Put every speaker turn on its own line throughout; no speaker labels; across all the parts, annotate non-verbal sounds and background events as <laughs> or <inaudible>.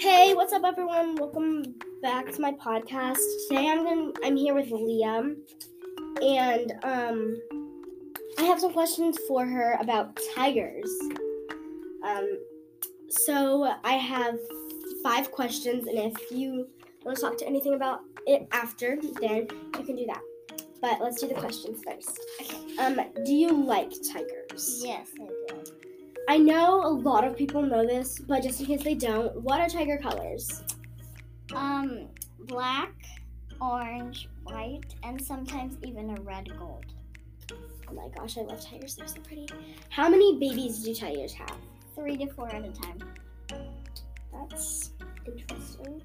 Hey, what's up, everyone? Welcome back to my podcast. Today, I'm going to I'm here with Leah, and um, I have some questions for her about tigers. Um, so I have five questions, and if you want to talk to anything about it after, then you can do that. But let's do the questions first. Okay. Um, do you like tigers?
Yes, I do.
I know a lot of people know this, but just in case they don't, what are tiger colors?
Um, black, orange, white, and sometimes even a red gold.
Oh my gosh, I love tigers. They're so pretty. How many babies do tigers have?
Three to four at a time.
That's interesting.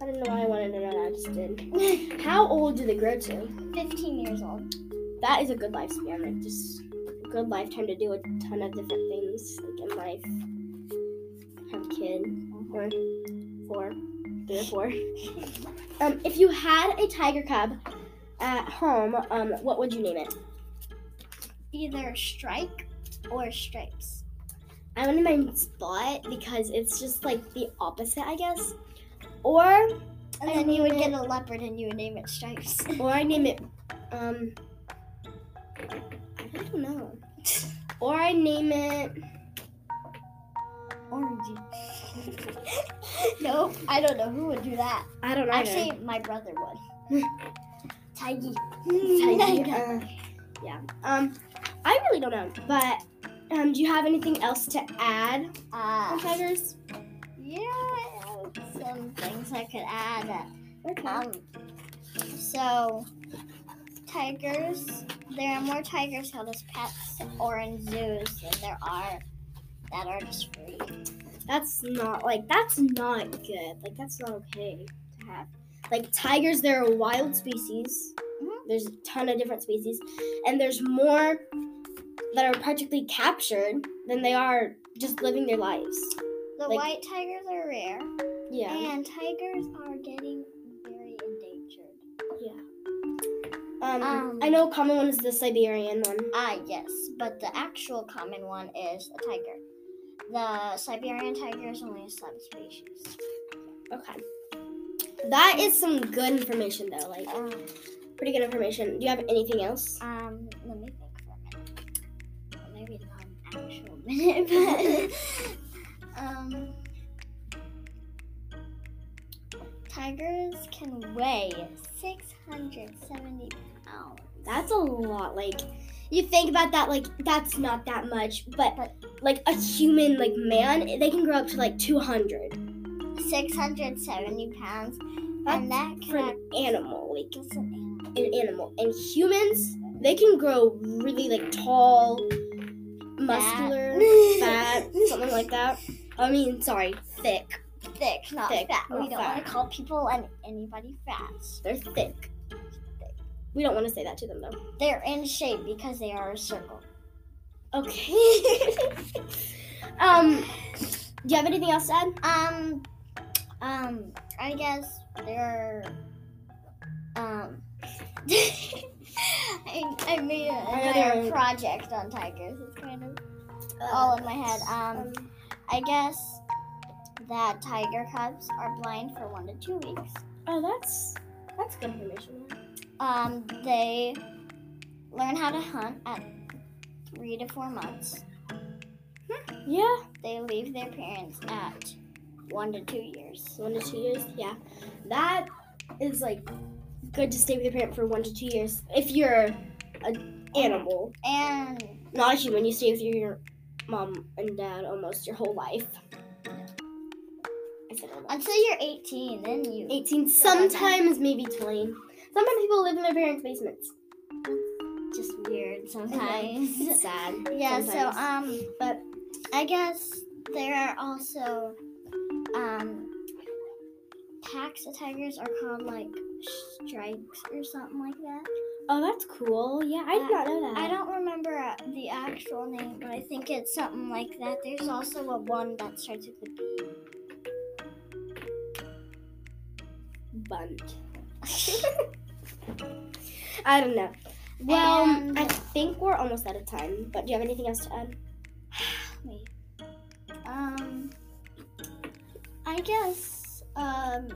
I didn't know why I wanted to know that. I just did. <laughs> How old do they grow to?
15 years old.
That is a good lifespan. Like just a good lifetime to do a ton of different things like in life. Have a kid. Or four. Three or four. <laughs> um, if you had a tiger cub at home, um, what would you name it?
Either strike or stripes.
I want to name Spot because it's just like the opposite, I guess. Or
And
I
then you would
name
get a leopard and you would name it stripes. <laughs>
or I name it, um, I really don't know. Or I name it.
<laughs> Orangey. nope, I don't know who would do that.
I don't know.
Actually, my brother would. <laughs> Tiggy. <laughs>
Tidy, uh, yeah. Um, I really don't know. But um, do you have anything else to add on
Uh,
tigers?
yeah, some things I could add. Uh,
Okay.
Um, so tigers, there are more tigers held as pets or in zoos than there are that are just free.
That's not like that's not good. Like that's not okay to have. Like tigers, they're a wild species.
Mhm.
There's a ton of different species, and there's more that are practically captured than they are just living their lives.
The
Like-
white tigers are rare,
Yeah.
and tigers are getting very endangered.
Um,
Um,
I know a common one is the Siberian one.
Ah, yes, but the actual common one is a tiger. The Siberian tiger is only a subspecies.
Okay. That is some good information though, like
Um,
pretty good information. Do you have anything else?
Um, let me think for a minute. Well, maybe not an actual <laughs> minute, but um, tigers can weigh 670 pounds.
That's a lot. Like you think about that, like that's not that much, but
But-
like a human, like man, they can grow up to like 200
670 pounds, and that
for
can
an animal, like
act as an animal.
an animal. And humans, they can grow really like tall,
<laughs>
muscular, fat, something like that. I mean, sorry, thick.
Thick, not
Thick,
fat. we
not
don't
fat.
want to call people and anybody fat.
They're thick. We don't want to say that to them though.
They're in shape because they are a circle.
<laughs>
<laughs>
Okay. um, do you have anything else to add?
Um, um, I guess there are, um, <laughs> I, I made an
Another-
entire project on tigers. It's kind of all in my head. Um, I guess that tiger cubs are blind for one to two weeks.
oh, that's that's good information.
Um, they learn how to hunt at three to four months.
Yeah,
They leave their parents at one to two years.
one to two years. Yeah, that is like good to stay with your parent for one to two years. If you're an animal,
And
not a human, you stay with your mom and dad almost your whole life. I said almost.
until you're 18, then you.
18, sometimes maybe 20. Sometimes people live in their parents' basements.
just weird
<laughs> It's
sometimes.
sad.
<laughs> yeah,
sometimes.
so um
But
I guess there are also um packs of tigers are called like stripes or something like that.
Oh, that's cool. Yeah, I did not know that.
I don't remember uh, the actual name, but I think it's something like that. There's also a one that starts with a B.
bunt.
<laughs>
I don't know. Well,
And-
I think we're almost out of time. But do you have anything else to add?
Wait. Um, I I guess um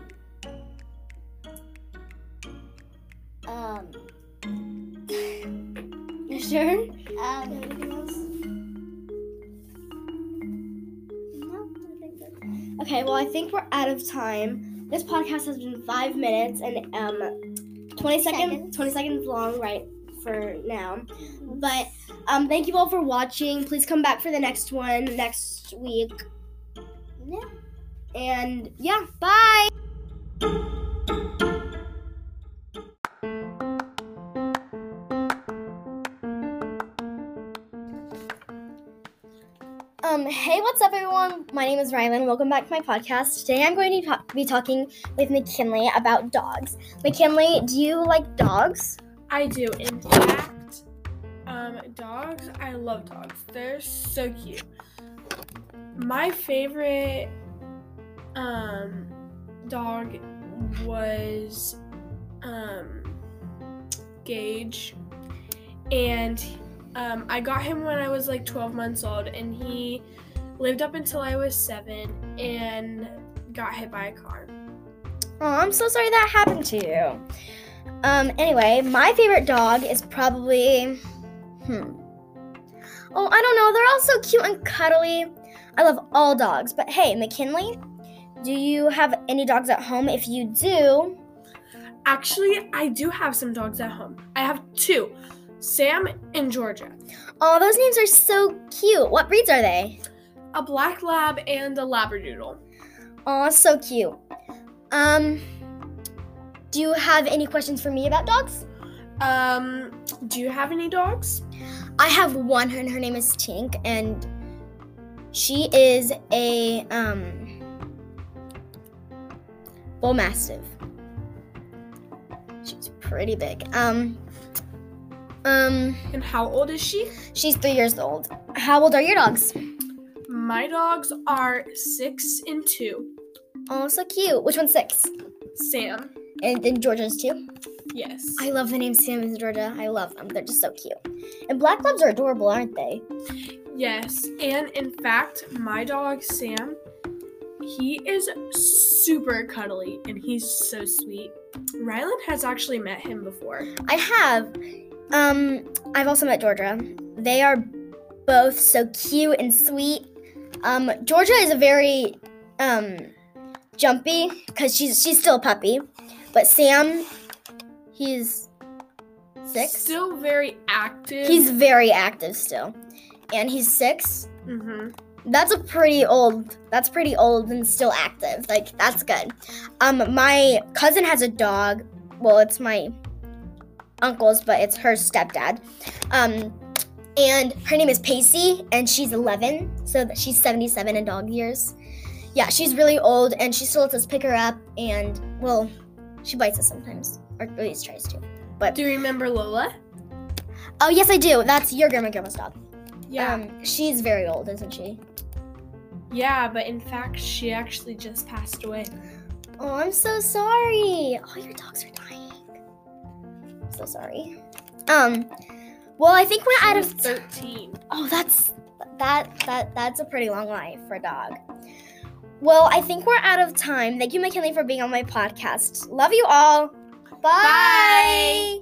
um
You sure?
um no, I think that's
Okay, well, I think we're out of time. This podcast has been five minutes and um, 20 seconds,
Seconds. Mm-hmm.
20 seconds long, right, for now. But um, thank you all for watching. Please come back for the next one next week.
yeah.
And yeah, bye. Um, hey, what's up, everyone? My name is Rylan. Welcome back to my podcast. Today, I'm going to ta- be talking with McKinley about dogs. McKinley, do you like dogs?
I do. In fact, um, dogs, I love dogs. They're so cute. My favorite um, dog was um, Gage. And um, I got him when I was like 12 months old, and he lived up until I was seven and got hit by a car.
Oh, I'm so sorry that happened to you. Um, anyway, my favorite dog is probably. Hmm. Oh, I don't know. They're all so cute and cuddly. I love all dogs. But hey, McKinley, do you have any dogs at home? If you do,
Actually, I do have some dogs at home. I have two Sam and Georgia,
oh, those names are so cute. What breeds are they?
a black lab and a labradoodle.
Oh, so cute. Um, do you have any questions for me about dogs?
Um, do you have any dogs?
I have one, and her name is Tink, and she is a um, bull mastiff. She's pretty big. Um, um,
And how old is she?
she's three years old. How old are your dogs?
My dogs are six and two.
Oh, so cute. Which one's six?
Sam,
And then Georgia's too.
yes.
I love the name Sam and Georgia. I love them. They're just so cute. And black labs are adorable, aren't they?
Yes, and in fact, my dog Sam, he is super cuddly and he's so sweet. Rylan has actually met him before.
I have. Um, I've also met Georgia. They are both so cute and sweet. Um, Georgia is a very um, jumpy because she's she's still a puppy, but Sam, he's six.
Still very active.
he's very active still, and he's six.
hmm
That's a pretty old. That's pretty old and still active. Like that's good. Um, my cousin has a dog. Well, it's my uncle's, but it's her stepdad. Um, and her name is Pacey, and she's 11, so that she's 77 in dog years. Yeah, she's really old, and she still lets us pick her up, and well, she bites us sometimes, or at least tries to.
Do you remember Lola?
Oh yes, I do. That's your grandma, and grandma's dog.
Yeah.
Um, she's very old, isn't she?
yeah, but in fact, she actually just passed away.
Oh, I'm so sorry. All your dogs are dying. I'm so sorry. Um, well, I think we're out
She
of.
was 13.
oh, that's that that that's a pretty long life for a dog. Well, I think we're out of time. Thank you, McKinley, for being on my podcast. Love you all. Bye.